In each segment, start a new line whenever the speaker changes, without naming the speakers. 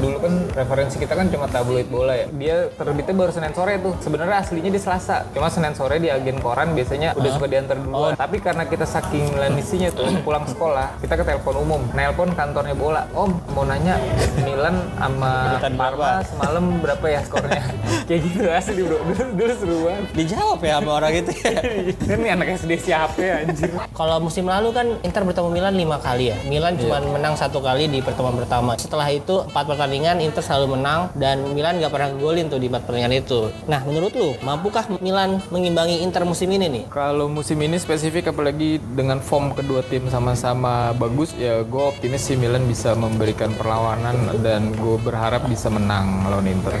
kan referensi kita kan cuma tabloid bola ya. Dia terbitnya baru Senin sore tuh. Sebenarnya aslinya di Selasa. Cuma Senin sore di agen koran biasanya udah suka diantar duluan. Tapi karena kita saking milanisinya tuh pulang sekolah, kita ke telepon umum. Nelpon kantornya bola. Om, mau nanya Milan sama
Kedutan
Parma
berapa?"
semalam berapa ya skornya? Kayak gitu asli bro. Dulu, dulu seru banget.
Dijawab ya sama orang itu ya.
Kan nih anak SD siapa ya anjir.
Kalau musim lalu kan Inter bertemu Milan lima kali ya.
Iya.
Milan cuma menang satu kali di pertemuan pertama. Setelah itu empat pertandingan Inter selalu menang dan Milan nggak pernah golin tuh di empat pertandingan itu. Nah menurut lu mampukah Milan mengimbangi Inter musim ini nih?
Kalau musim ini spesifik apalagi dengan form kedua tim sama-sama bagus ya gue optimis si Milan bisa memberikan perlawanan dan gue berharap bisa menang lawan Inter.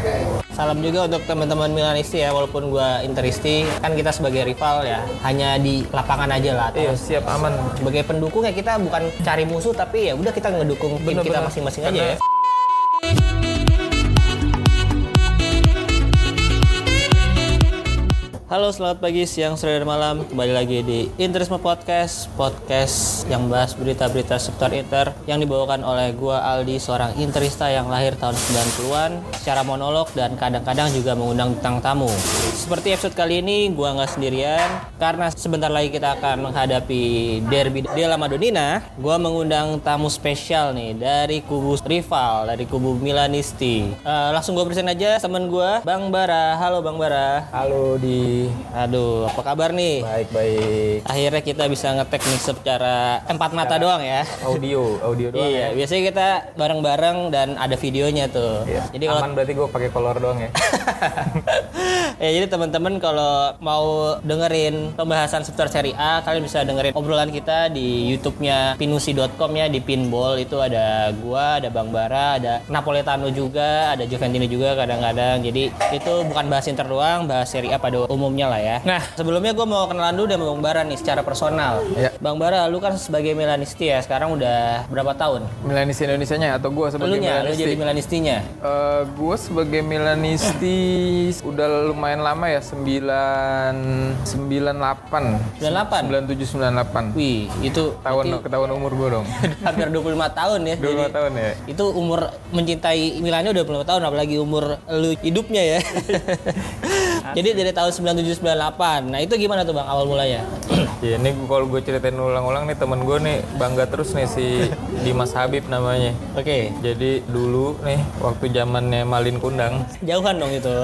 Salam juga untuk teman-teman Milanisti ya walaupun gua Interisti kan kita sebagai rival ya hanya di lapangan aja lah.
Iya siap aman.
Sebagai pendukung ya kita bukan cari musuh tapi ya udah kita ngedukung tim kita
Bener-bener.
masing-masing aja ya. Halo, selamat pagi, siang, sore, dan malam. Kembali lagi di Interisme Podcast, podcast yang bahas berita-berita seputar Inter yang dibawakan oleh gua Aldi, seorang Interista yang lahir tahun 90-an secara monolog dan kadang-kadang juga mengundang bintang tamu. Seperti episode kali ini, gua nggak sendirian karena sebentar lagi kita akan menghadapi derby della Madonnina. Gua mengundang tamu spesial nih dari kubu rival, dari kubu Milanisti. Eh, langsung gua present aja temen gua, Bang Bara. Halo Bang Bara.
Halo di
Aduh, apa kabar nih?
baik-baik
Akhirnya kita bisa ngetek nih secara empat mata doang ya.
audio audio doang. ya.
Iya, biasanya kita bareng-bareng dan ada videonya tuh.
Iya.
Jadi kalau
aman berarti gue pakai kolor doang ya.
ya jadi teman-teman kalau mau dengerin pembahasan seputar seri A, kalian bisa dengerin obrolan kita di YouTube-nya pinusi.com ya di pinball itu ada gua, ada Bang Bara, ada Napoletano juga, ada Juventino juga kadang-kadang. Jadi itu bukan bahas Inter doang, bahas seri A pada umumnya lah ya. Nah, sebelumnya gua mau kenalan dulu dengan Bang Bara nih secara personal.
Iya.
Bang Bara, lu kan sebagai Milanisti ya, sekarang udah berapa tahun?
Milanis Indonesia nya atau gue sebagai
Lu nya, lu
Milanisti?
jadi Milanistinya.
gue sebagai Milanisti udah lumayan lama ya 9 98
98.
97 98
Wih, itu
tahun ketahuan umur gue dong
hampir 25 tahun ya.
25 tahun ya
itu umur mencintai Milannya udah 25 tahun apalagi umur lu hidupnya ya jadi dari tahun 9798 nah itu gimana tuh bang awal mulanya
Iya ini gua- kalau gue ceritain ulang-ulang nih temen gue nih bangga terus nih si Dimas Habib namanya.
oke
Jadi dulu nih waktu zamannya Malin Kundang.
jauhan dong itu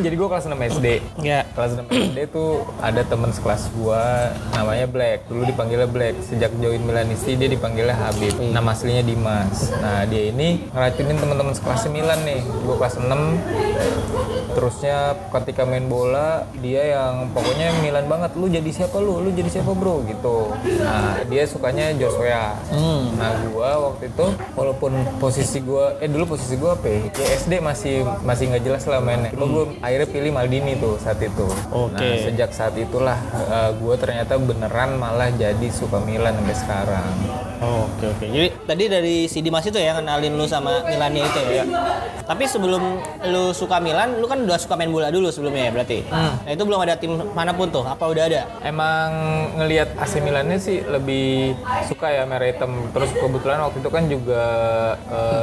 Jadi gue kelas 6 SD.
ya
Kelas 6 SD tuh ada temen sekelas gua namanya Black. Dulu dipanggilnya Black. Sejak join Milanisti dia dipanggilnya Habib. Nama aslinya Dimas. Nah, dia ini ngeracunin teman-teman sekelas 9 nih. Gua kelas 6. Terusnya ketika main bola dia yang pokoknya Milan banget. Lu jadi siapa lu? Lu jadi siapa, Bro? gitu. Nah, dia sukanya Joshua. Nah, gua waktu itu walaupun posisi gua eh dulu posisi gua apa ya? Ya, SD masih masih nggak jelas lah mainnya. Cuma gua akhirnya pilih Maldini tuh saat itu.
Oke.
Nah, sejak saat itulah gue ternyata beneran malah jadi suka Milan sampai sekarang.
oke oke jadi tadi dari si Dimas itu ya kenalin lu sama Milannya itu ya tapi sebelum lu suka Milan lu kan udah suka main bola dulu sebelumnya ya berarti nah itu belum ada tim manapun tuh apa udah ada
Emang ngelihat AC Milannya sih lebih suka ya merah hitam. Terus kebetulan waktu itu kan juga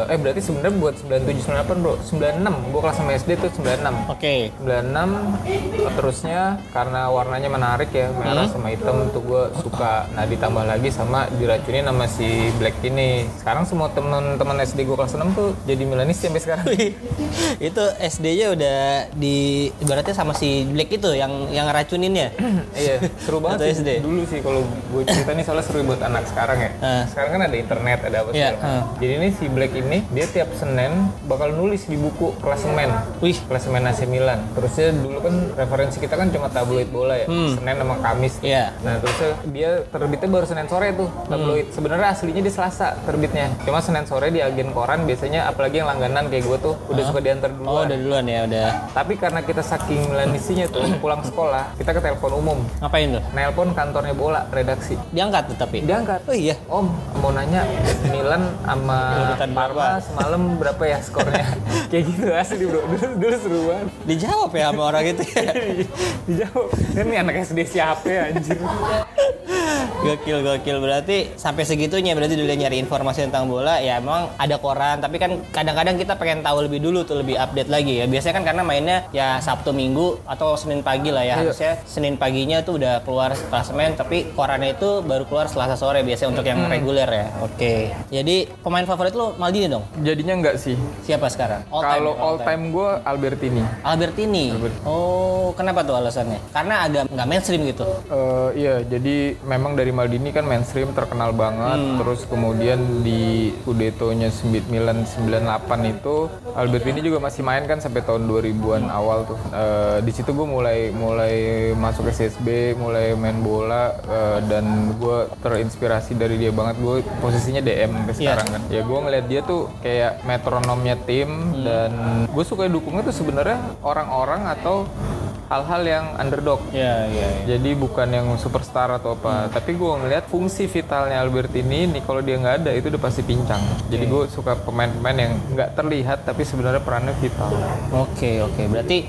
eh eh, berarti sebenarnya buat 97 98 bro, 96. Gue kelas sama SD tuh 96.
oke
96 eh, terusnya karena warnanya menarik ya merah sama hitam tuh gue suka nah ditambah lagi sama diracunin sama si black ini sekarang semua teman-teman SD gue kelas 6 tuh jadi Milanisti sampai sekarang
itu SD-nya udah di ibaratnya sama si Black itu yang yang ngeracunin ya.
iya seru banget
Atau
sih
SD?
dulu sih kalau gue cerita nih soalnya seru buat anak sekarang ya
Ah.
sekarang kan ada internet ada apa
Iya,
segala macam.
ah.
jadi ini si Black ini dia tiap Senin bakal nulis di buku klasemen
Wih.
klasemen AC Milan terusnya dulu kan referensi kita kan cuma tabloid bola ya Senin sama Kamis
Hmm. Iya. Hmm.
Nah terus dia terbitnya baru Senin sore tuh tabloid. Sebenarnya aslinya di Selasa terbitnya. Cuma Senin sore di agen koran biasanya apalagi yang langganan kayak gue tuh udah suka diantar duluan.
Oh, udah duluan ya, udah.
Tapi karena kita saking milanisinya tuh pulang sekolah kita ke telepon umum.
Ngapain tuh?
Nelpon kantornya bola redaksi.
Diangkat tuh tapi.
Diangkat.
Oh iya.
Om mau nanya Milan sama
Kedutan berapa?
Parma semalam berapa ya skornya? kayak gitu asli bro. Dulu, dulu seru banget.
Dijawab ya sama orang itu. ya.
Dijawab. Kan nih anak SD siapa ya anjir.
gokil gokil berarti sampai segitunya berarti dulu nyari informasi tentang bola ya emang ada koran tapi kan kadang-kadang kita pengen tahu lebih dulu tuh lebih update lagi ya biasanya kan karena mainnya ya Sabtu Minggu atau Senin pagi lah
Iya.
ya harusnya Senin paginya tuh udah keluar klasemen tapi korannya itu baru keluar Selasa sore biasanya untuk yang
Hmm.
reguler ya oke jadi pemain favorit lo Maldini dong
Jadinya enggak sih.
siapa sekarang
Kalau all time gue Albertini.
Albertini. Oh, kenapa tuh alasannya? Karena agak nggak mainstream gitu.
Eh, iya, jadi memang dari Maldini kan mainstream terkenal banget. Terus kemudian di Scudetto-nya 1998 itu Albertini juga masih main kan sampai tahun 2000-an awal tuh. Eh, di situ gue mulai mulai masuk SSB, mulai main bola eh, dan gue terinspirasi dari dia banget. Gue posisinya DM sampai sekarang kan. Ya gue ngeliat dia tuh kayak metronomnya tim dan gue suka dukungnya tuh sebenarnya orang-orang atau hal-hal yang underdog.
Ya,
iya,
ya.
Jadi bukan yang superstar atau apa,
Hmm.
tapi gue ngeliat fungsi vitalnya Albert ini, nih kalau dia nggak ada itu udah pasti pincang. Jadi gue suka pemain-pemain yang nggak terlihat tapi sebenarnya perannya vital.
Oke, oke. Berarti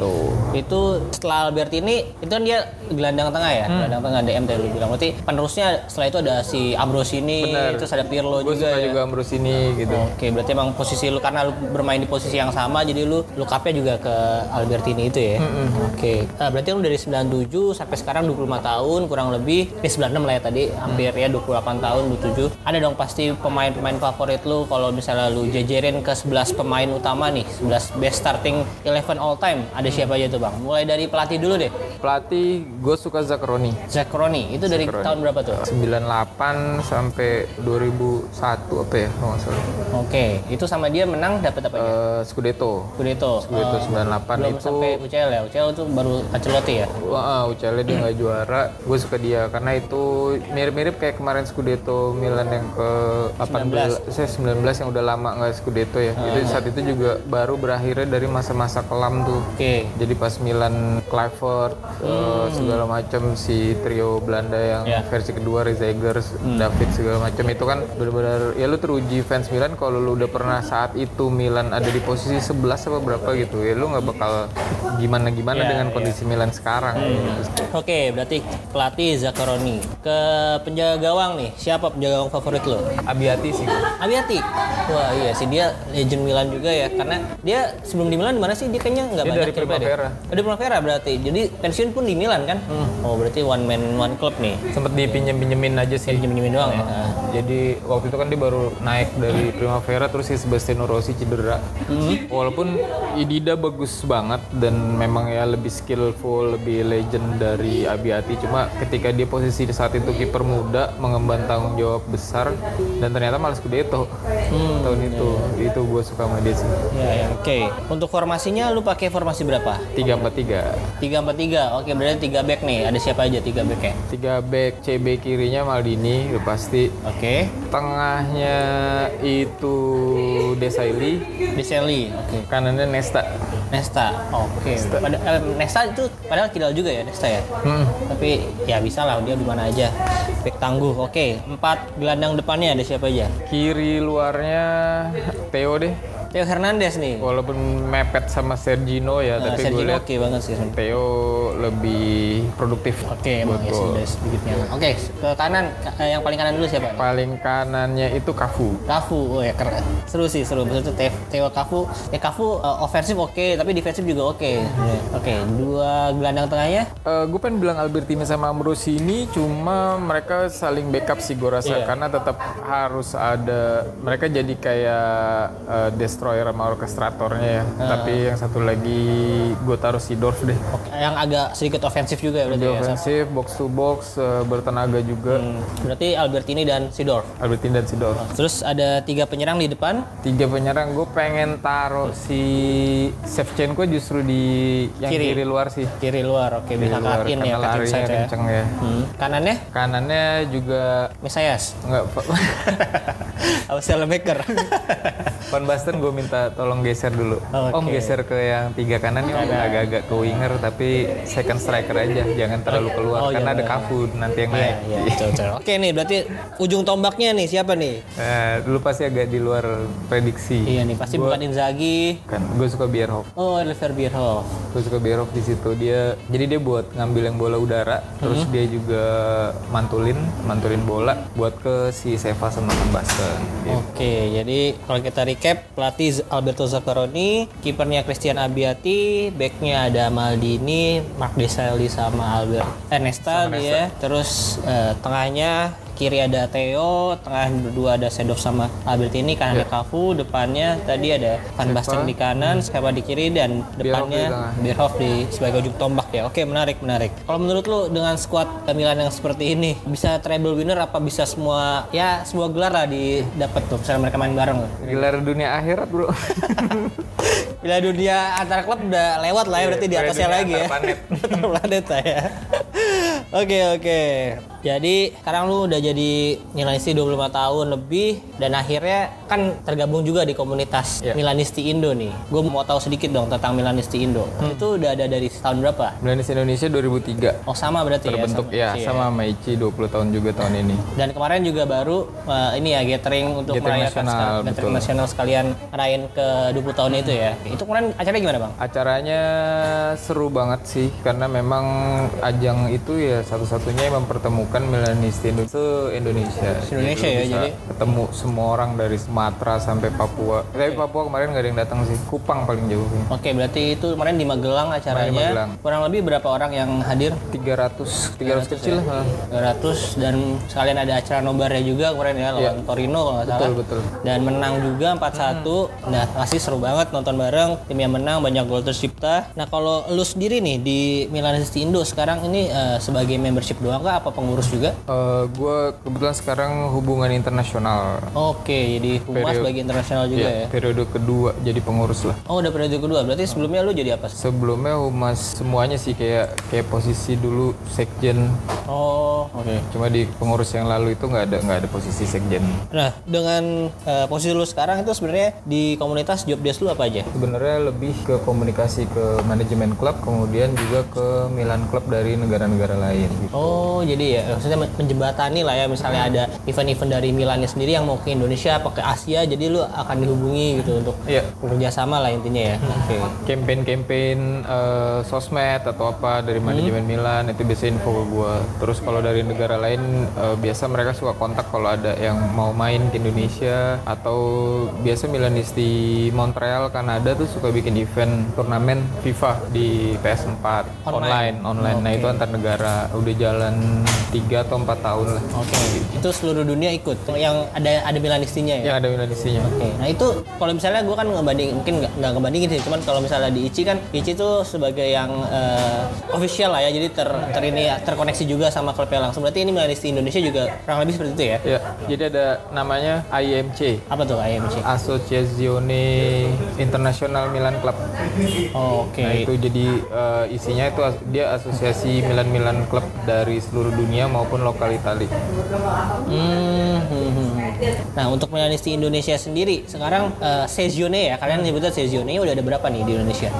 itu setelah Albertini itu kan dia gelandang tengah ya, gelandang tengah DM tadi lu bilang. Berarti penerusnya setelah itu ada si Ambrosini,
Bener.
terus ada Pirlo
Gue
juga
suka
ya.
juga Ambrus ini gitu.
Oke, berarti emang posisi lu karena lu bermain di posisi yang sama jadi lu lu kapnya juga ke Albertini itu ya. Oke. Eh, berarti lu dari 97 sampai sekarang 25 tahun kurang lebih eh, 96 lah ya tadi, hampir ya 28 tahun 27. Ada dong pasti pemain-pemain favorit lu kalau misalnya lu jejerin ke 11 pemain utama nih, 11 best starting 11 all time. Ada siapa aja tuh, Bang? Mulai dari pelatih dulu deh.
Pelatih gue suka Zakroni.
Zack Rooney, itu dari
Rooney.
tahun berapa tuh?
98 sampai 2001 apa ya kalau nggak salah.
Oke, itu sama dia menang dapat apa? ya?
Eh, Scudetto.
Scudetto. Oh,
Scudetto 98
belum
itu
Ah, sampai UCL ya UCL tuh baru Ancelotti ya
Wah, UCL dia nggak juara. Gue suka dia karena itu mirip-mirip kayak kemarin Scudetto Milan yang ke 18, saya 19 yang udah lama nggak Scudetto ya. Itu saat itu juga baru berakhirnya dari masa-masa kelam tuh.
oke
Jadi pas Milan Clifford eh, segala macam si trio Belanda yang
Hmm. Ya. Hmm.
versi kedua Rezegers, David segala macam itu kan benar-benar ya lu teruji fans Milan kalau lu udah pernah saat itu Milan ada di posisi 11 apa berapa gitu ya lu nggak bakal gimana
Ya,
gimana dengan kondisi Milan sekarang.
Hmm. oke berarti pelatih Zakaroni ke penjaga gawang nih siapa penjaga gawang favorit lo
Abiati sih.
Abiati wah iya sih dia legend Milan juga ya karena dia sebelum di Milan di mana sih dia kayaknya nggak
Dia
banyak
dari
yang play deh.
Primavera.
Oh, dari Primavera berarti jadi pensiun pun di Milan kan oh berarti one man one club nih
Sempet dipinjem-pinjemin aja sih.
pinjemin doang ya Ah.
Nah, Jadi waktu itu kan dia baru naik dari Primavera terus si Sebastiano Rossi cedera. Walaupun Idida bagus banget dan memang ya lebih skillful, lebih legend dari Abiati. Cuma ketika dia posisi di saat itu kiper muda mengemban tanggung jawab besar dan ternyata malah Scudetto
Hmm.
tahun itu. Itu gue suka sama dia sih.
ya, ya. oke untuk formasinya lu pakai formasi berapa
3-4-3.
3-4-3 oke berarti 3 back nih ada siapa aja 3 backnya
3 back CB kirinya Maldini udah pasti.
oke
Tengahnya itu Desailly,
Biseli, oke.
kanannya Nesta.
Nesta, oke. Pada- eh, Nesta itu padahal kidal juga ya Nesta ya.
Hmm.
Tapi ya bisa lah dia di mana aja. Back tangguh, oke. Empat gelandang depannya ada siapa aja?
Kiri luarnya Theo deh,
Theo Hernandez nih.
walaupun mepet sama Sergino ya, Oh,
Nah,
tapi gue
Sergio
lihat
oke banget sih. Oke,
Theo lebih produktif.
emang
buat
ya
gol.
sudah sedikitnya. Oke, ke kanan Ka- eh, yang paling kanan dulu siapa?
Paling kanannya itu Kafu.
Kafu, oh ya keren. Seru sih, seru. Betul tuh Te- Theo Kafu. Ya Kafu eh, ofensif oke, tapi defensif juga oke.
Iya.
Oke, dua gelandang tengahnya.
gue Eh, pengen bilang Albertini sama Ambrosini cuma mereka saling backup sih gue rasa karena tetap harus ada mereka jadi kayak eh, destroyer sama orkestratornya ya tapi yang satu lagi gue taruh si Dorf deh
Yang agak sedikit ofensif juga ya berarti
Dia
ya.
ofensif box to box eh, bertenaga juga
Hmm. Berarti Albertini dan Sidor.
Albertini dan si Dorf
Terus ada tiga penyerang di depan.
tiga penyerang gue pengen taruh si Shevchenko justru di yang
Kiri.
kiri, luar sih
Kiri luar, oke
Kiri
bisa
luar,
katin ya,
karena
katin
larinya
side ya.
kenceng ya
Hmm. Kanannya
kanannya juga
Mesayas.
nggak
apa Sailmaker?
Van Basten gue minta tolong geser dulu.
Oke.
Om geser ke yang tiga kanan nih om agak-agak ke winger tapi second striker aja jangan terlalu keluar
Oh,
karena
iya,
ada
iya.
Cafu nanti yang naik.
Iya, betul, betul. Oke nih, berarti ujung tombaknya nih siapa nih?
Eh, dulu pasti agak di luar prediksi.
Iya nih, pasti bukan Inzaghi.
Kan gue suka Bierhoff.
Oh, Oliver Bierhoff.
Gue suka Bierhoff di situ dia. Jadi dia buat ngambil yang bola udara, terus dia juga mantulin, mantulin bola buat ke si Seva sama Van Basten. Gitu.
Oke, jadi kalau kita recap, pelatih Z- Alberto Zaccaroni, kipernya Christian Abiati, backnya ada Maldini, Mark Desailly sama Albert Ernesta dia, terus eh, tengahnya kiri ada Theo, tengah berdua ada Sedov sama Albertini,
Iya.
kanan ada Cafu, depannya tadi ada Van Basten di kanan, Skema di kiri dan
Hmm. di
depannya
tengah. iya.
Bierhoff di sebagai ujung tombak ya. Oke, menarik, menarik. Kalau menurut lu dengan skuad Milan yang seperti ini bisa treble winner apa bisa semua ya semua gelar lah didapat tuh misalnya mereka main bareng.
Gelar dunia akhirat bro.
Bila dunia antar klub udah lewat lah ya berarti di
Piala Iya,
atasnya
dunia
lagi ya.
antar planet.
Antar planet lah ya. Oke oke. Jadi sekarang lu udah jadi Milanisti 25 tahun lebih dan akhirnya kan tergabung juga di komunitas
Iya.
Milanisti Indo nih. Gue mau tahu sedikit dong tentang Milanisti Indo.
Hmm.
Itu udah ada dari tahun berapa?
Milanis Indonesia 2003.
Oh sama berarci
terbentuk
ya.
ya, sama Maichi 20 tahun juga tahun ini.
Dan kemarin juga baru eh, ini ya gathering untuk
Gathering
merayakan
nasional,
sekal- gathering
betul.
nasional sekalian ngerayain ke 20 tahun itu ya.
Hmm.
Itu kemarin acaranya gimana bang?
Acaranya seru banget sih karena memang ajang itu ya satu-satunya yang mempertemukan Milanisti Indo- se-Indonesia.
Se-Indonesia
Jadi
ya,
Iya, bisa
jadi.
ketemu semua orang dari Sumatera sampai Papua. Tapi Papua kemarin nggak ada yang datang sih. Kupang paling jauhnya.
Oke berarti itu kemarin di Magelang acaranya.
Kemarin di Magelang.
Kurang lebih berapa orang yang hadir?
300 300 kecil lah.
200 dan sekalian ada acara nobarnya juga kemarin ya lawan Torino kalau nggak salah.
Iya. Betul Hmm. betul.
Dan menang juga 4-1. Nah, pasti seru banget nonton bareng. Tim yang menang banyak gol tercipta. Nah, kalau lu sendiri nih di Milanisti Indo sekarang ini eh, sebagai membership doang kah apa pengurus juga?
gue Eh, kebetulan sekarang hubungan internasional
Oke, jadi humas bagi internasional juga ya.
periode kedua jadi pengurus lah.
Oh, udah periode kedua. Berarti sebelumnya lu jadi apa? sih?
Sebelumnya humas semuanya sih kayak kayak posisi dulu sekjen
Oh, oke.
Cuma di pengurus yang lalu itu nggak ada nggak ada posisi sekjen.
Nah, dengan eh, posisi lu sekarang itu sebenarnya di komunitas job desk lu apa aja?
Sebenarnya lebih ke komunikasi ke manajemen klub, kemudian juga ke Milan klub dari negara-negara lain. gitu.
Oh, jadi ya maksudnya men- menjembatani lah ya misalnya ada event-event dari Milannya sendiri yang mau ke Indonesia apa ke Asia, jadi lu akan dihubungi gitu untuk
Iya.
bekerja sama lah intinya ya. Oke.
Campaign-campaign eh, sosmed atau apa dari manajemen Milan itu biasa info ke gua. Terus kalau dari negara lain eh, biasa mereka suka kontak kalau ada yang mau main ke Indonesia atau biasa Milanisti Montreal Kanada tuh suka bikin event turnamen FIFA di PS4 online online. Nah itu antar negara udah jalan 3 atau 4 tahun lah.
Oke. Itu seluruh dunia ikut yang ada ada Milanistinya ya.
Yang ada Milanistinya.
Oke, nah itu kalau misalnya gue kan ngebanding mungkin nggak nggak ngebandingin sih, cuman kalau misalnya di Ici kan Ici tuh sebagai yang eh, official lah ya, jadi ter, ter ini terkoneksi juga sama klubnya langsung. Berarti ini Milanisti Indonesia juga kurang lebih seperti itu ya?
Ya, jadi ada namanya IMC.
Apa tuh ya, IMC?
Associazione International Milan Club.
Oh, Oke.
Nah, itu jadi eh, isinya itu as- dia asosiasi Milan-Milan klub dari seluruh dunia maupun lokal Itali.
Hmm, hmm, hmm. Nah untuk Milanisti Indonesia sendiri sekarang eh, sezione ya kalian nyebutnya sezione udah ada berapa nih di Indonesia?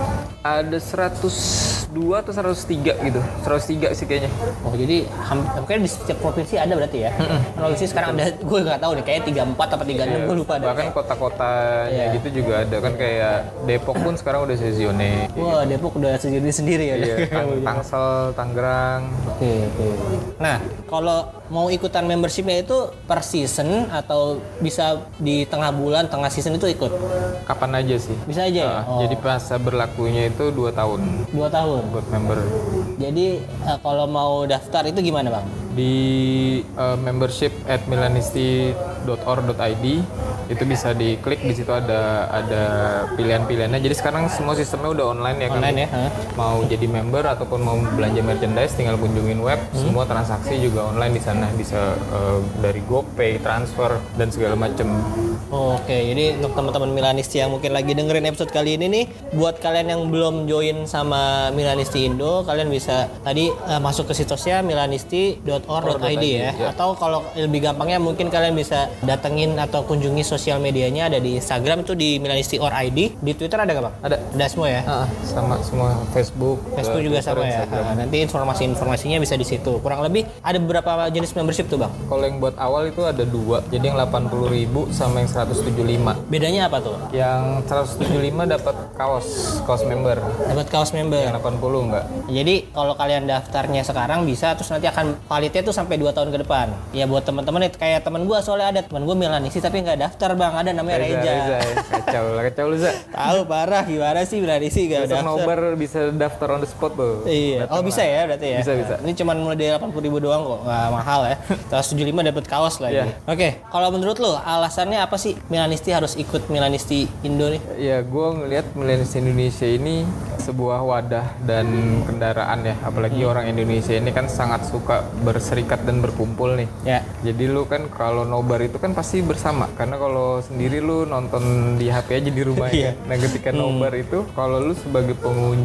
Ada 102 atau 103 gitu. 103 sih kayaknya.
Oh jadi hampir mungkin di setiap provinsi ada berarti
Hmm,
ya? Provinsi sekarang ada gue nggak tahu nih kayaknya 34 atau 36 gue lupa deh. Iya.
Bahkan kota-kotanya gitu juga ada kan kayak Depok pun sekarang udah sezione.
Wah Depok udah sezione sendiri ya.
Iya, Tang- Tangsel, Tangerang.
Oke oke. Nah kalau mau ikutan membershipnya itu per season atau bisa di tengah bulan tengah season itu ikut?
Kapan aja sih?
Bisa aja ya?
Nah,
Oh,
Jadi masa berlakunya itu 2 tahun
dua tahun.
buat member.
Jadi eh, kalau mau daftar itu gimana bang?
di eh, membership at milanisti.or.id itu bisa diklik di situ ada ada pilihan-pilihannya. Jadi sekarang semua sistemnya udah online ya kan.
Online ya, heeh.
Mau jadi member ataupun mau belanja merchandise tinggal kunjungin web,
Hmm?
semua transaksi juga online di sana bisa eh, dari GoPay, transfer dan segala macem
Oke, jadi untuk teman-teman Milanisti yang mungkin lagi dengerin episode kali ini nih, buat kalian yang belum join sama Milanisti Indo, kalian bisa tadi eh, masuk ke situsnya milanisti.or.id ya. Atau kalau lebih gampangnya mungkin kalian bisa datengin atau kunjungi sosial medianya ada di Instagram tuh di milanisti.or.id, di Twitter ada nggak bang?
Ada.
Ada semua ya.
sama semua Facebook.
Facebook
eh,
juga
Twitter,
sama ya.
Instagram.
Ah, Nanti informasi-informasinya bisa di situ. Kurang lebih ada beberapa jenis membership tuh bang.
Kalau yang buat awal itu ada dua, jadi yang 80.000 sama yang 175.
Bedanya apa tuh?
Yang 175 dapat kaos, kaos member.
Dapat kaos member.
Yang 80 enggak.
Jadi kalau kalian daftarnya sekarang bisa terus nanti akan validnya tuh sampai 2 tahun ke depan. Ya buat teman-teman itu kayak teman gua soalnya ada teman gua Milanisti tapi nggak daftar Bang, ada namanya Reza.
Reza, ya. Kacau lah, kacau lu, Za.
Tahu parah gimana sih Milanisti nggak
Besok
daftar.
nobar bisa daftar on the spot tuh.
Ya, Iya, oh bisa ya berarti ya.
Bisa, bisa.
Ini cuman mulai dari 80 ribu doang kok, nggak mahal ya. Terus 75 dapat kaos lagi.
Iya.
Oke, kalau menurut lo alasannya apa sih Milanisti harus ikut Milanisti Indo nih?
Ya, gue ngelihat milenials Indonesia ini sebuah wadah dan kendaraan ya.
Hmm.
Apalagi orang Indonesia ini kan sangat suka berserikat dan berkumpul nih.
Ya.
Jadi lu kan kalau nobar itu kan pasti bersama karena kalau sendiri lu nonton di HP aja di rumah ya.
Iya.
Nah ketika
Hmm.
nobar itu kalau lu sebagai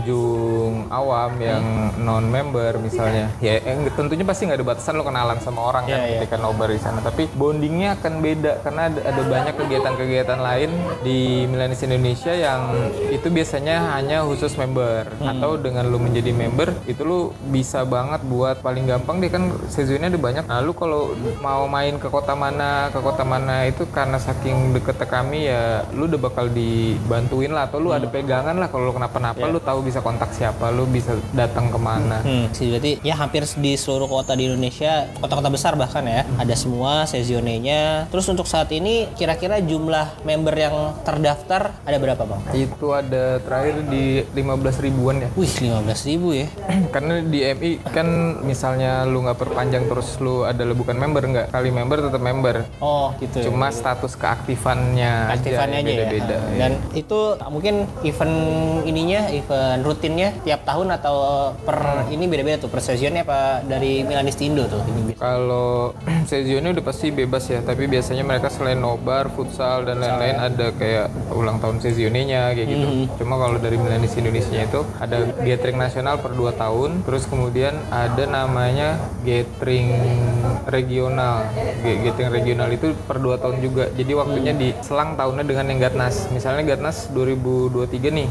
pengunjung awam yang non member misalnya ya eh, tentunya pasti nggak ada batasan lu kenalan sama orang kan
Iya, iya.
ketika nobar di sana tapi bondingnya akan beda karena ada, ada banyak kegiatan-kegiatan lain di Milanis Indonesia yang itu biasanya hanya khusus member atau dengan lu menjadi member itu lu bisa banget buat paling gampang deh kan seasonnya ada banyak nah lu kalau mau main ke kota mana ke kota mana itu karena saking deketnya kami ya lu udah bakal dibantuin lah atau lu ada pegangan lah kalau lu kenapa-napa lu tahu bisa kontak siapa lu bisa datang kemana
Hmm, sih, berarti ya hampir di seluruh kota di Indonesia, kota-kota besar bahkan ya, ada semua sezionenya. Terus untuk saat ini kira-kira jumlah member yang terdaftar ada berapa, Bang?
itu ada terakhir di 15 ribuan ya
Wih, 15.000 ya.
karena di MI kan misalnya lu nggak perpanjang terus lu adalah bukan member nggak kali member tetap member
Oh, gitu. ya.
cuma status keaktifannya
aktifannya aja ya.
beda
Nah, Dan itu mungkin event ininya, event rutinnya tiap tahun atau per ini beda-beda tuh per sezionnya apa dari Milanisti Indo tuh.
kalau sezionnya udah pasti bebas ya tapi biasanya mereka selain nobar futsal dan lain-lain ada kayak ulang tahun sezionenya kayak gitu cuma kalau dari Milanis Indonesia itu ada gathering nasional per 2 tahun terus kemudian ada namanya gathering regional Ga- gathering regional itu per 2 tahun juga jadi waktunya diselang tahunnya dengan yang Gatnas misalnya Gatnas 2023 nih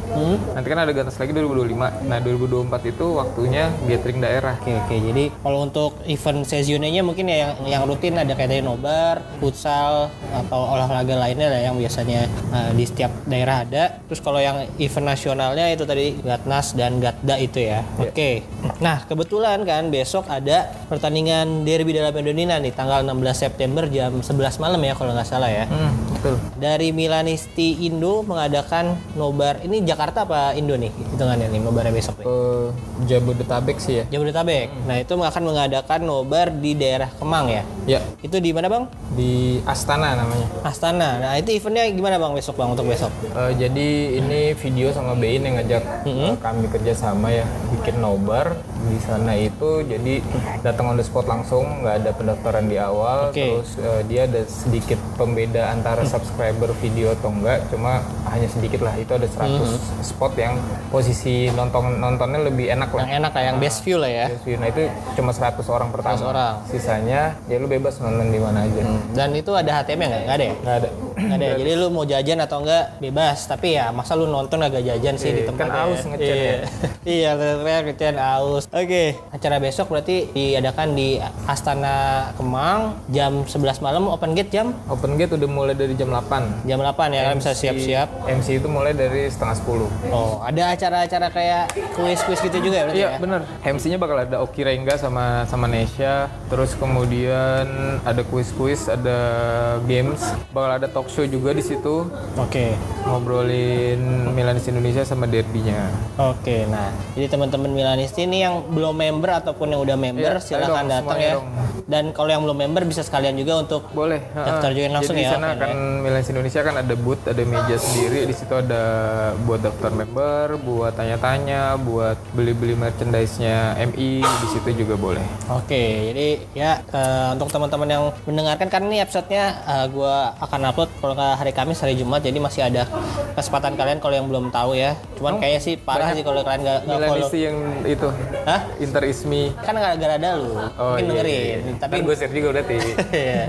nanti kan ada Gatnas lagi 2025 nah 2024 itu waktunya gathering daerah
Oke oke jadi kalau untuk event sezionenya mungkin ya yang yang rutin ada kayak tadi nobar, futsal atau olahraga lainnya lah yang biasanya eh, di setiap daerah ada. Terus kalau yang event nasionalnya itu tadi Gatnas dan Gatda itu ya. Oke. Nah, kebetulan kan besok ada pertandingan derby dalam Indonesia nih tanggal 16 September jam 11 malam ya kalau nggak salah ya.
hmm, betul
Dari Milanisti Indo mengadakan nobar ini Jakarta apa Indo nih hitungannya nih nobarnya besok nih?
eh, Jabodetabek sih ya.
Jabodetabek. Nah, itu akan mengadakan nobar di daerah Kemang ya.
Ya,
Itu di mana, Bang?
di Astana namanya.
Astana. Nah, itu eventnya gimana, Bang, besok, Bang, untuk besok?
Eh, jadi ini video sama Bein yang ngajak eh, kami kerja sama ya bikin nobar di sana itu jadi datang on the spot langsung nggak ada pendaftaran di awal
Oke. Mm.
terus eh, dia ada sedikit pembeda antara subscriber video atau enggak cuma hanya sedikit lah itu ada 100 spot yang posisi nonton nontonnya lebih enak lah
Yang enak lah, yang best view lah ya.
Nah itu cuma 100 orang pertama
100 orang. Mm.
sisanya ya lu bebas nonton di mana aja
Dan itu ada HTM-nya nggak? Nggak ada ya?
nggak ada
Nggak ada ya? Jadi lu mau jajan atau enggak bebas. Tapi ya masa lu nonton agak jajan sih di
Iya,
tempat
kan aus ngecen
Iya,
ya.
iya ternyata ngecen aus. Oke. Acara besok berarti diadakan di Astana Kemang jam 11 malam open gate jam
Open gate udah mulai dari jam 8.
jam 8 ya. Kalian bisa
Si
siap-siap.
MC itu mulai dari setengah 10.
Oh, ada acara-acara kayak kuis-kuis gitu juga ya berarti ya?
Iya, bener. MC-nya bakal ada Oki Rengga sama sama Nesha, terus kemudian ada kuis-kuis, ada games, bakal ada talk talk show juga di situ
Oke.
ngobrolin Milanis Indonesia sama derbynya.
Oke, nah jadi teman-teman Milanisti ini yang belum member ataupun yang udah member
Iya, ayo
silahkan
dong,
datang
semuanya
ya.
dong.
Dan kalau yang belum member bisa sekalian juga untuk
Boleh.
Daftar join langsung
Jadi
ya,
Di sana
Van,
akan Milanis Indonesia kan ada booth, ada meja sendiri. Di situ ada buat daftar member, buat tanya-tanya, buat beli-beli merchandise-nya MI. Di situ juga boleh.
Oke, jadi ya eh, untuk teman-teman yang mendengarkan kan ini episode-nya eh, gua akan upload kalau nggak hari Kamis hari Jumat jadi masih ada kesempatan kalian kalau yang belum tahu ya. Cuman kayaknya sih parah sih kalau kalian nggak nggak follow.
Oh, Milanisti yang itu
Hah?
Inter Ismi.
Kan nggak gara ada lu.
Oh
Mungkin
iya.
dengerin.
iya, iya.
Tapi
Ntar gue share juga berarti.
Iya.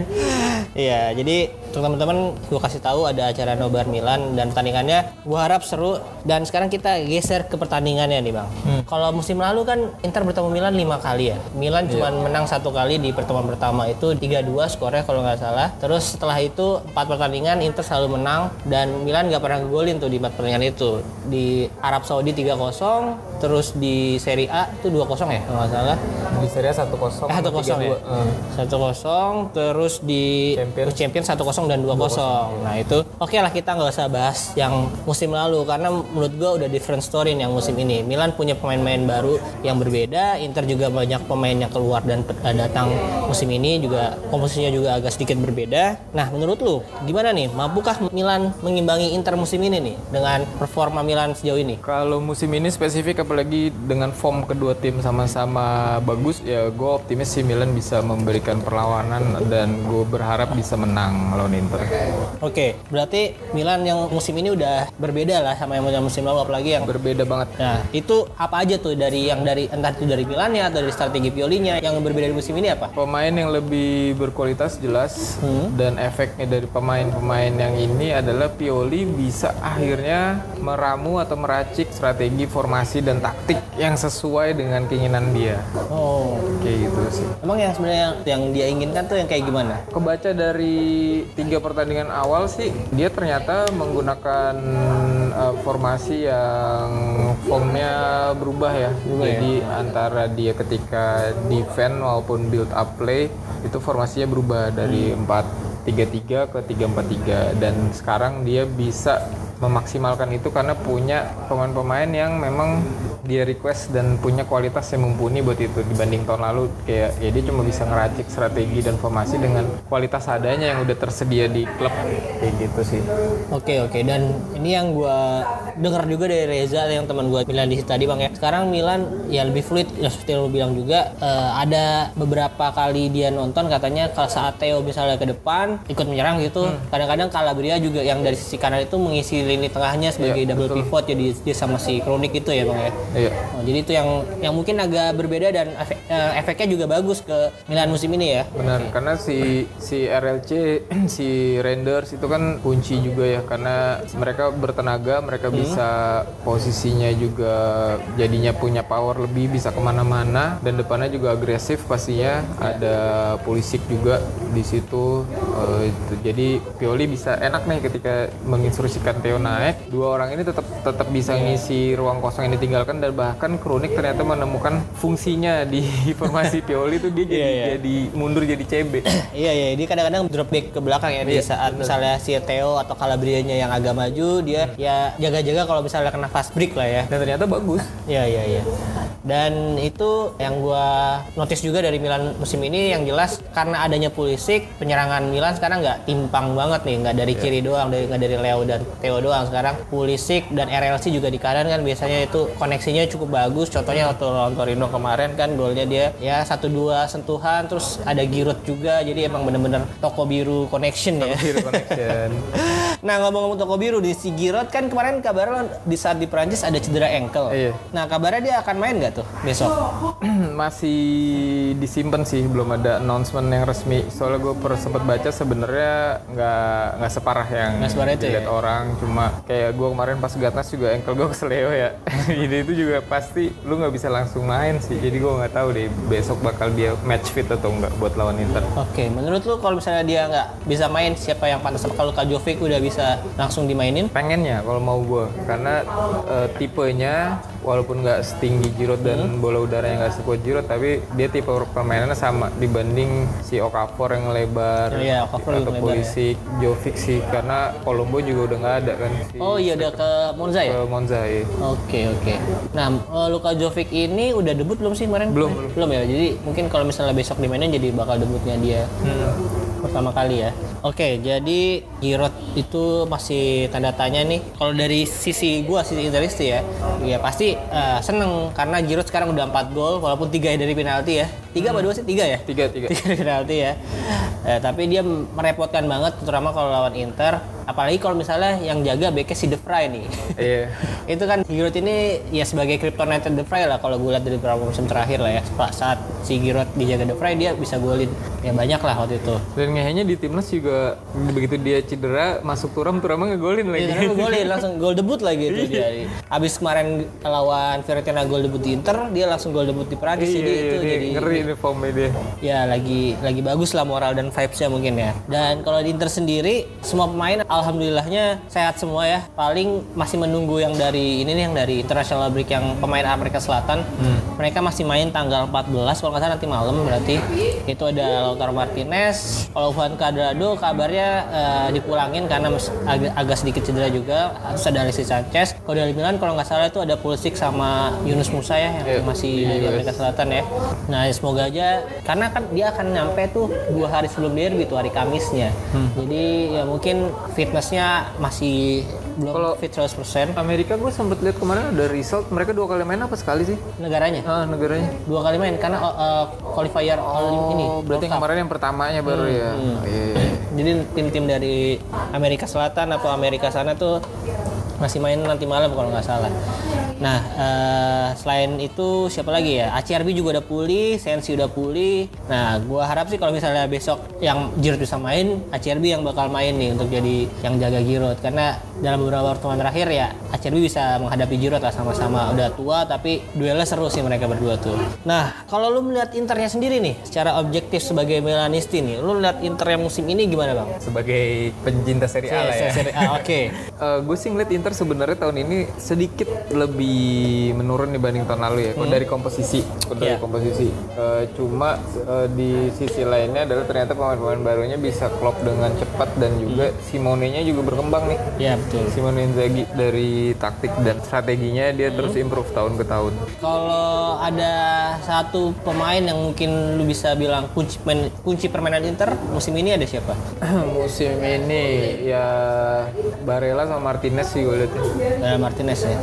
Iya, jadi untuk teman-teman gue kasih tahu ada acara Nobar Milan dan pertandingannya gue harap seru dan sekarang kita geser ke pertandingannya nih Bang. Kalau musim lalu kan Inter bertemu Milan lima kali ya. Milan cuma menang satu kali di pertemuan pertama itu 3-2 skornya kalau nggak salah. Terus setelah itu empat pertandingan Inter selalu menang dan Milan nggak pernah golin tuh di empat pertandingan itu. Di Arab Saudi 3-0, terus di Serie A itu 2-0 ya kalau nggak salah.
Di Serie 1-0.
Satu kosong ya.
eh.
Satu kosong terus di
Champions.
champion satu kosong dan dua kosong. Nah itu oke lah kita nggak usah bahas yang musim lalu karena menurut gua udah different story nih yang musim ini. Milan punya pemain-pemain baru yang berbeda. Inter juga banyak pemain yang keluar dan pe- eh, datang musim ini juga komposisinya juga agak sedikit berbeda. Nah menurut lu gimana nih? Mampukah Milan mengimbangi Inter musim ini nih dengan performa Milan sejauh ini?
Kalau musim ini spesifik apalagi dengan form kedua tim sama-sama bagus ya gue optimis si Milan bisa memberikan perlawanan dan gue berharap bisa menang lawan Inter.
Oke, berarti Milan yang musim ini udah berbeda lah sama yang musim lalu apalagi yang
Berbeda banget.
Nah, itu apa aja tuh dari yang dari entah itu dari Milannya atau dari strategi Piolinya yang berbeda di musim ini apa?
Pemain yang lebih berkualitas jelas dan efeknya dari pemain-pemain yang ini adalah Pioli bisa akhirnya meramu atau meracik strategi formasi dan taktik yang sesuai dengan keinginan dia.
Oh.
Kayak gitu sih.
Emang yang sebenarnya yang dia inginkan tuh yang kayak gimana?
Kebaca dari tiga pertandingan awal sih, dia ternyata menggunakan eh, formasi yang formnya berubah ya. Jadi antara dia ketika defend maupun build up play itu formasinya berubah dari 4-3-3 ke 3-4-3 dan sekarang dia bisa memaksimalkan itu karena punya pemain-pemain yang memang dia request dan punya kualitas yang mumpuni buat itu dibanding tahun lalu kayak ya dia cuma bisa ngeracik strategi dan formasi dengan kualitas adanya yang udah tersedia di klub kayak gitu sih
Oke oke dan ini yang gua dengar juga dari Reza yang teman gua Milan di situ tadi bang ya. Sekarang Milan ya lebih fluid ya seperti yang lu bilang juga eh, ada beberapa kali dia nonton katanya kalau saat Theo misalnya ke depan ikut menyerang gitu kadang-kadang Calabria juga yang dari sisi kanan itu mengisi lini tengahnya sebagai double pivot jadi dia sama si Kronik itu ya bang ya.
iya
Oh, jadi itu yang yang mungkin agak berbeda dan efek- eh, efeknya juga bagus ke Milan musim ini ya.
benar karena si si RLC si renders itu kan kunci juga ya karena mereka bertenaga mereka bisa posisinya juga jadinya punya power lebih bisa kemana-mana dan depannya juga agresif pastinya ada polisi juga di situ Eh, itu. jadi Pioli bisa enak nih ketika menginstruksikan Theo naik dua orang ini tetap tetap bisa ngisi ruang kosong yang ditinggalkan dan bahkan Kronik ternyata menemukan fungsinya di formasi Pioli itu dia jadi jadi mundur jadi CB.
Iya iya, dia kadang-kadang drop back ke belakang ya di saat misalnya si Theo atau Calabrianya yang agak maju, dia ya jaga-jaga kalau misalnya kena fast break lah ya.
Dan ternyata bagus.
Iya iya iya. Dan itu yang gua notice juga dari Milan musim ini yang jelas karena adanya Pulisic, penyerangan Milan sekarang nggak timpang banget nih, nggak dari kiri doang, dari nggak dari Leo dan Theo doang. Sekarang Pulisic dan RLC juga di kanan kan biasanya itu koneksinya cukup bagus. Contohnya waktu lawan Torino kemarin kan golnya dia ya satu dua sentuhan, terus ada Giroud juga. Jadi emang bener-bener toko biru connection ya.
Hero connection.
Nah ngomong-ngomong toko biru di si Giroud kan kemarin kabar lo di saat di Prancis ada cedera ankle.
Iya.
Nah kabarnya dia akan main nggak tuh besok?
Masih disimpan sih, belum ada announcement yang resmi. Soalnya gue per sempat baca sebenarnya nggak nggak separah yang
Nggak separah itu
dilihat
ya?
orang. Cuma kayak gue kemarin pas gatnas juga ankle gue keseleo ya. Jadi itu juga pasti lu nggak bisa langsung main sih. Jadi gue nggak tahu deh besok bakal dia match fit atau nggak buat lawan Inter.
Oke, menurut lu kalau misalnya dia nggak bisa main siapa yang pantas? Kalau Kak Jovic udah bisa langsung dimainin?
pengennya kalau mau gue karena eh, tipenya walaupun nggak setinggi Giroud
Hmm.
dan bola udara yang gak sekuat Giroud tapi dia tipe permainannya sama dibanding si Okafor yang lebar
Iya, Okafor
atau
yang lebar,
polisi Jovic sih karena Colombo juga udah nggak ada kan si
Oh iya udah ke Monza ya?
ke Monza ya.
Oke oke. Nah, eh, Luka Jovic ini udah debut belum sih kemarin?
Belum,
Eh, Belum ya. Jadi mungkin kalau misalnya besok dimainin jadi bakal debutnya dia pertama kali ya. Oke, jadi Giroud itu masih tanda tanya nih. Kalau dari sisi gua sisi Interisti ya, ya pasti eh, seneng karena Giroud sekarang udah 4 gol walaupun 3 dari penalti ya. 3 apa 2 sih? 3 ya?
tiga tiga
tiga penalti ya. Eh, tapi dia merepotkan banget terutama kalau lawan Inter, apalagi kalau misalnya yang jaga beknya si De Vrij nih.
iya
itu kan Giroud ini ya sebagai kryptonite De Vrij lah kalau gue lihat dari beberapa musim terakhir lah ya Pak, saat si Giroud dijaga De Vrij dia bisa golin ya banyak lah waktu itu
dan ngehnya di timnas juga begitu dia cedera masuk Turam Turam ngegolin lagi
Dia golin langsung gol debut lagi itu dia abis kemarin lawan Fiorentina gol debut di Inter dia langsung gol debut di Prancis jadi
Iya,
itu
dia
jadi
ngeri nih formnya dia.
ya lagi lagi bagus lah moral dan vibesnya mungkin ya dan kalau di Inter sendiri semua pemain alhamdulillahnya sehat semua ya paling masih menunggu yang dari ini nih yang dari international break yang pemain Amerika Selatan mereka masih main tanggal 14 kalau nggak salah nanti malam berarti itu ada Lautaro Martinez kalau Juan Cuadrado kabarnya eh, dipulangin karena mes- agak, agak sedikit cedera juga Terus ada Alexis Sanchez kalau dari Milan kalau nggak salah itu ada Pulisic sama Yunus Musa ya yang masih di Amerika Selatan ya nah semoga aja karena kan dia akan nyampe tuh dua hari sebelum derby tuh hari Kamisnya jadi ya mungkin fitnessnya masih belum fit 100%
Amerika gue sempet lihat kemarin ada result mereka dua kali main apa sekali sih?
negaranya
Ah negaranya.
dua kali main karena eh, qualifier all ini
Oh berarti yang kemarin yang pertamanya baru ya. Iya.
Jadi tim-tim dari Amerika Selatan atau Amerika sana tuh masih main nanti malam kalau nggak salah. Nah, eh, selain itu siapa lagi ya? ACRB juga udah pulih, Sensi udah pulih. Nah, gua harap sih kalau misalnya besok yang Giroud bisa main, ACRB yang bakal main nih untuk jadi yang jaga Giroud karena dalam beberapa pertemuan terakhir ya ACRB bisa menghadapi Giroud lah sama-sama udah tua tapi duelnya seru sih mereka berdua tuh. Nah, kalau lu melihat Internya sendiri nih secara objektif sebagai Milanisti nih, lu lihat Inter yang musim ini gimana, Bang?
Sebagai pencinta Serie A lah ya.
Seri A, Oke.
gue Eh, sih ngeliat Inter sebenarnya tahun ini sedikit lebih menurun dibanding tahun lalu ya. Kalau dari komposisi, kalau dari
Iya.
komposisi. Eh, cuma eh, di sisi lainnya adalah ternyata pemain-pemain barunya bisa klop dengan cepat dan juga Simone-nya juga berkembang nih.
Ya, betul.
Simone Inzaghi dari taktik dan strateginya dia terus improve tahun ke tahun.
Kalau ada satu pemain yang mungkin lu bisa bilang kunci main- kunci permainan Inter musim ini ada siapa?
Musim ini ya Barella sama Martinez sih gue liatnya.
Eh, Martinez ya.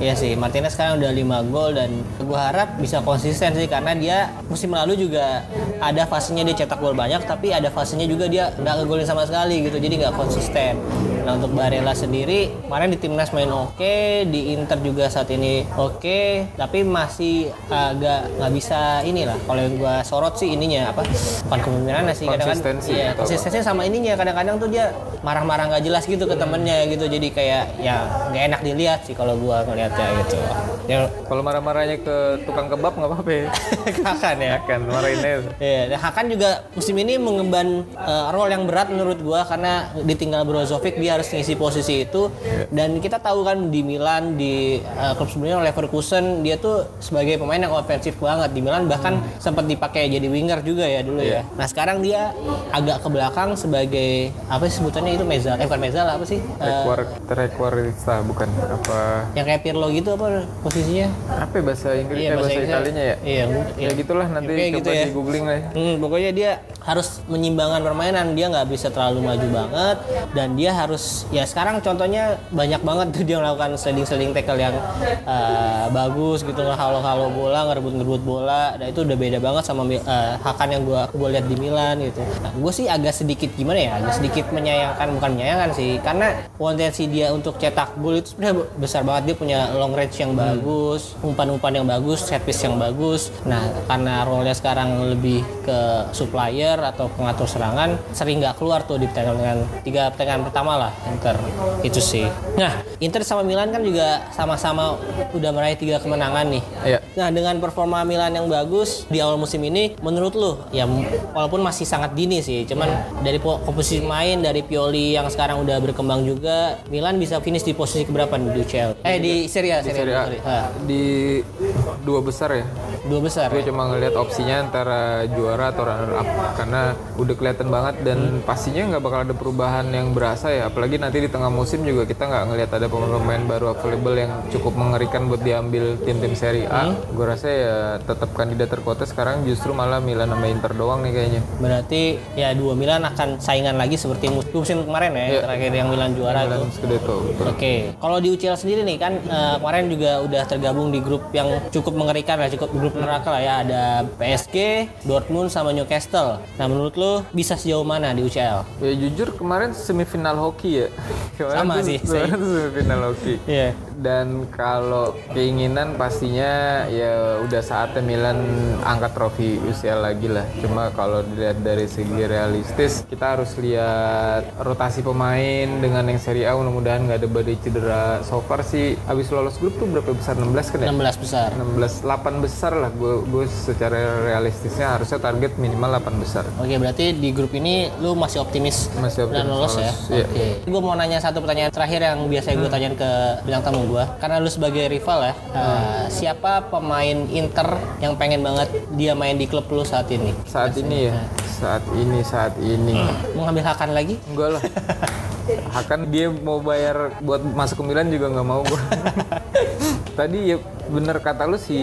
Iya sih, Martinez sekarang udah 5 gol dan gua harap bisa konsisten sih karena dia musim lalu juga ada fasenya dia cetak gol banyak tapi ada fasenya juga dia nggak ngegolin sama sekali gitu jadi nggak konsisten. Nah untuk Barella sendiri kemarin di timnas main oke, di Inter juga saat ini oke, tapi masih agak nggak bisa inilah. Kalau yang gua sorot sih ininya apa? Bukan kepemimpinannya sih kadang-kadang.
Konsistensi
Iya,
atau apa?
konsistensi sama ininya kadang-kadang tuh dia marah-marah nggak jelas gitu ke temennya gitu jadi kayak ya nggak enak dilihat sih kalau gua ngelihatnya gitu ya
Kalau marah-marahnya ke tukang kebab nggak apa-apa ya.
Hakan ya
Kan marahinnya
Iya, dan Hakan juga musim ini mengemban eh, role yang berat menurut gua karena ditinggal Brozovic dia harus ngisi posisi itu
Iya.
dan kita tahu kan di Milan di eh, klub sebelumnya Leverkusen dia tuh sebagai pemain yang ofensif banget di Milan bahkan sempat dipakai jadi winger juga ya dulu
Hmm. Iya.
ya. Nah sekarang dia agak ke belakang sebagai apa sih sebutannya itu Mezal, eh bukan Mezal apa sih? Eh,
Requar, requarista bukan apa
yang kayak Pirlo gitu apa posisinya?
apa ya bahasa Inggrisnya bahasa,
Iya, Inggris.
Italianya ya.
Iya,
Ya, gitulah nanti
Kayak
coba
gitu ya.
di googling lah. ya.
Hmm, pokoknya dia harus menyeimbangkan permainan dia nggak bisa terlalu maju banget dan dia harus ya sekarang contohnya banyak banget tuh dia melakukan sliding-sliding tackle yang eh, bagus gitu ngehalau-halau bola ngerebut-ngerebut bola dan itu udah beda banget sama Mi- eh, Hakan yang gua gua lihat di Milan gitu nah, gue sih agak sedikit gimana ya agak sedikit menyayangkan bukan menyayangkan sih karena potensi dia untuk cetak gol itu sebenarnya besar banget dia punya long range yang bagus umpan-umpan yang bagus set piece yang bagus nah karena role-nya sekarang lebih ke supplier atau pengatur serangan sering nggak keluar tuh di pertandingan tiga pertandingan pertama lah Inter itu sih nah Inter sama Milan kan juga sama-sama udah meraih tiga kemenangan nih
Iya.
Nah, dengan performa Milan yang bagus di awal musim ini, menurut lu, ya m- walaupun masih sangat dini sih, cuman dari po- komposisi main, dari Pioli yang sekarang udah berkembang juga, Milan bisa finish di posisi keberapa nih di UCL? Eh, di Serie A, Serie A,
Serie A.
sorry. Ah,
Iya. Di dua besar ya.
dua besar.
Gue
ya?
cuma ngelihat opsinya antara juara atau runner up karena udah kelihatan banget dan pastinya nggak bakal ada perubahan yang berasa ya. Apalagi nanti di tengah musim juga kita nggak ngelihat ada pemain-pemain baru available yang cukup mengerikan buat diambil tim-tim Serie A.
Hmm?
Gue rasa ya tetap kandidat terkuatnya sekarang justru malah Milan sama Inter doang nih kayaknya.
Berarti ya dua Milan akan saingan lagi seperti mus- musim kemarin ya, terakhir yang Milan juara itu.
Milan Scudetto. betul.
Oke, kalau di UCL sendiri nih kan eh, kemarin juga udah tergabung di grup yang cukup mengerikan lah, cukup grup neraka lah ya. Ada PSG, Dortmund sama Newcastle. Nah menurut lo bisa sejauh mana di UCL?
Ya jujur kemarin semifinal hoki ya. Kemarin
Sama
tuh-
sih,
Kemarin tuh semifinal hoki.
Iya.
Dan kalau keinginan pastinya ya udah saatnya Milan angkat trofi UCL lagi lah. Cuma kalau dilihat dari segi realistis, kita harus lihat rotasi pemain dengan yang Serie A mudah-mudahan nggak ada badai cedera. So far sih abis lolos grup tuh berapa besar 16 kan ya?
16 besar.
16 8 besar lah gue gue secara realistisnya harusnya target minimal 8 besar.
Oke, berarti di grup ini lu masih optimis
Masih optimis
dan lolos ya.
lolos, iya. Hmm.
Oke. Gue mau nanya satu pertanyaan terakhir yang biasanya gue tanyain ke bintang tamu gue. Karena lu sebagai rival ya,
Hmm.
eh, siapa pemain Inter yang pengen banget dia main di klub lu saat ini?
Saat ini ya, saat ini saat ini.
Mengambil hakan lagi?
Enggak lah. Hakan dia mau bayar buat masuk ke Milan juga nggak mau gua. Tadi ya bener kata lu si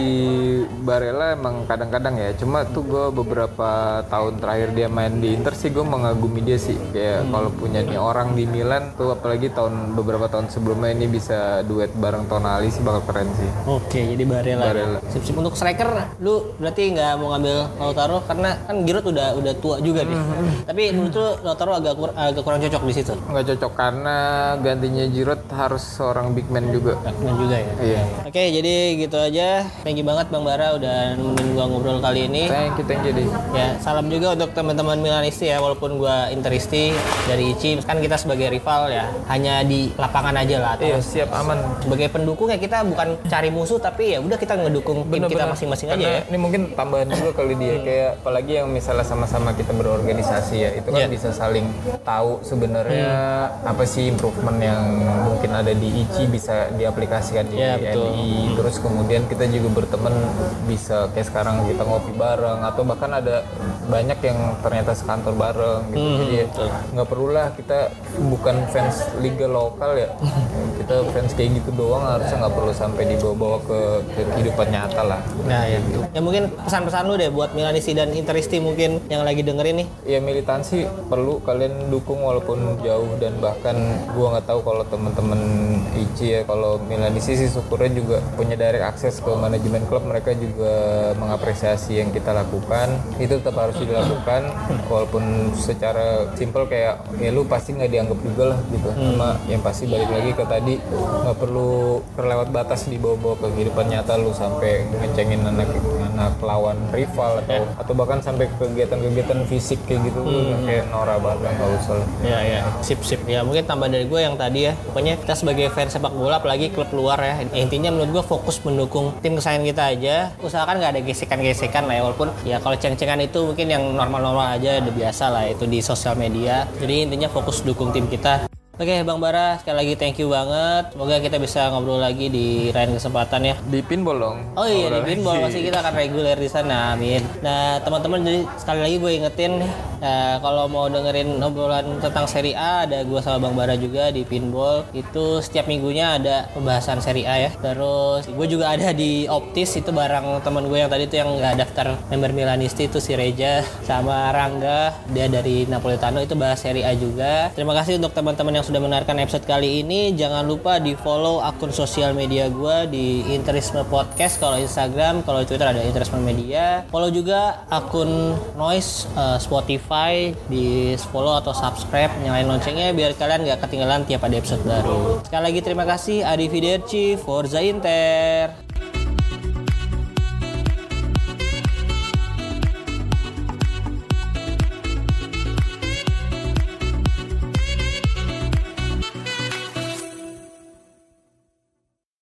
Barella emang kadang-kadang ya. Cuma tuh gue beberapa tahun terakhir dia main di Inter sih gue mengagumi dia sih. Kayak kalau punya nih orang di Milan tuh apalagi tahun beberapa tahun sebelumnya ini bisa duet bareng Tonali sih bakal keren sih.
Oke, jadi Barella.
Barella.
Sip-sip untuk striker, lu berarti nggak mau ngambil Lautaro karena kan Giroud udah udah tua juga nih.
Mm-hmm.
Tapi menurut lu Lautaro agak kur- agak kurang cocok di situ.
Nggak cocok karena gantinya Giroud harus seorang big man juga.
Benar juga ya.
Iya.
Oke, jadi gitu aja. Thank you banget Bang Bara udah nemenin gua ngobrol kali ini.
Thank you, thank you, Di.
Ya, salam juga untuk teman-teman Milanisti ya, walaupun gua Interisti dari ICI, kan kita sebagai rival ya, hanya di lapangan aja lah. atau
Iya, siap aman.
Sebagai pendukung ya kita bukan cari musuh, tapi ya udah kita ngedukung tim kita
Benar-benar.
masing-masing aja
Karena
ya. Hmm.
Ini mungkin tambahan juga kali dia kayak apalagi yang misalnya sama-sama kita berorganisasi ya itu kan
Iya. Hmm.
bisa saling tahu sebenarnya apa sih improvement yang mungkin ada di ICI bisa diaplikasikan di
Iya, betul.
NI. Terus kemudian kita juga berteman bisa kayak sekarang kita ngopi bareng atau bahkan ada banyak yang ternyata sekantor bareng gitu.
Hmm,
Jadi ya, nggak perlulah kita bukan fans liga lokal ya. kita fans kayak gitu doang harusnya nggak perlu sampai dibawa-bawa ke, ke kehidupan nyata lah.
Nah, ya. ya mungkin pesan-pesan lu deh buat Milanisti dan Interisti mungkin yang lagi dengerin nih.
ya militansi perlu kalian dukung walaupun jauh dan bahkan gua nggak tahu kalau temen-temen ICI ya kalau Milan di sisi syukurnya juga punya direct akses ke manajemen klub mereka juga mengapresiasi yang kita lakukan itu tetap harus dilakukan walaupun secara simple kayak ya lu pasti nggak dianggap juga lah gitu sama yang pasti balik lagi ke tadi nggak perlu terlewat batas dibawa-bawa ke kehidupan nyata lu sampai ngecengin anak anak lawan rival atau atau bahkan sampai ke kegiatan-kegiatan fisik kayak gitu lu kayak Nora banget nggak usah lah.
Ya ya, sip sip. Ya mungkin tambahan dari gue yang tadi ya. Pokoknya kita sebagai fans sepak bola apalagi klub luar ya. Intinya menurut gue fokus mendukung tim kesayangan kita aja. Usahakan nggak ada gesekan-gesekan lah ya walaupun ya kalau ceng-cengan itu mungkin yang normal-normal aja udah biasa lah itu di sosial media. Jadi intinya fokus dukung tim kita. Oke Bang Bara sekali lagi thank you banget. Semoga kita bisa ngobrol lagi di lain kesempatan ya.
di pinball dong
Oh iya di
Ngobrol
Greenball
lagi.
pasti kita akan reguler di sana, amin. Nah teman-teman jadi sekali lagi gue ingetin eh, kalau mau dengerin obrolan tentang Serie A ada gue sama Bang Bara juga di Pinball itu setiap minggunya ada pembahasan Serie A ya. Terus gue juga ada di Optis itu barang teman gue yang tadi itu yang nggak daftar member Milanisti itu si Reja sama Rangga dia dari Napolitano itu bahas Serie A juga. Terima kasih untuk teman-teman yang sudah mendengarkan episode kali ini. Jangan lupa di follow akun sosial media gue di Interisme Podcast kalau Instagram, kalau Twitter ada Interisme Media. Follow juga akun Noise eh, Spotify di follow atau subscribe, nyalain loncengnya biar kalian nggak ketinggalan tiap ada episode baru. Sekali lagi terima kasih Adi Fiderci, Forza Inter.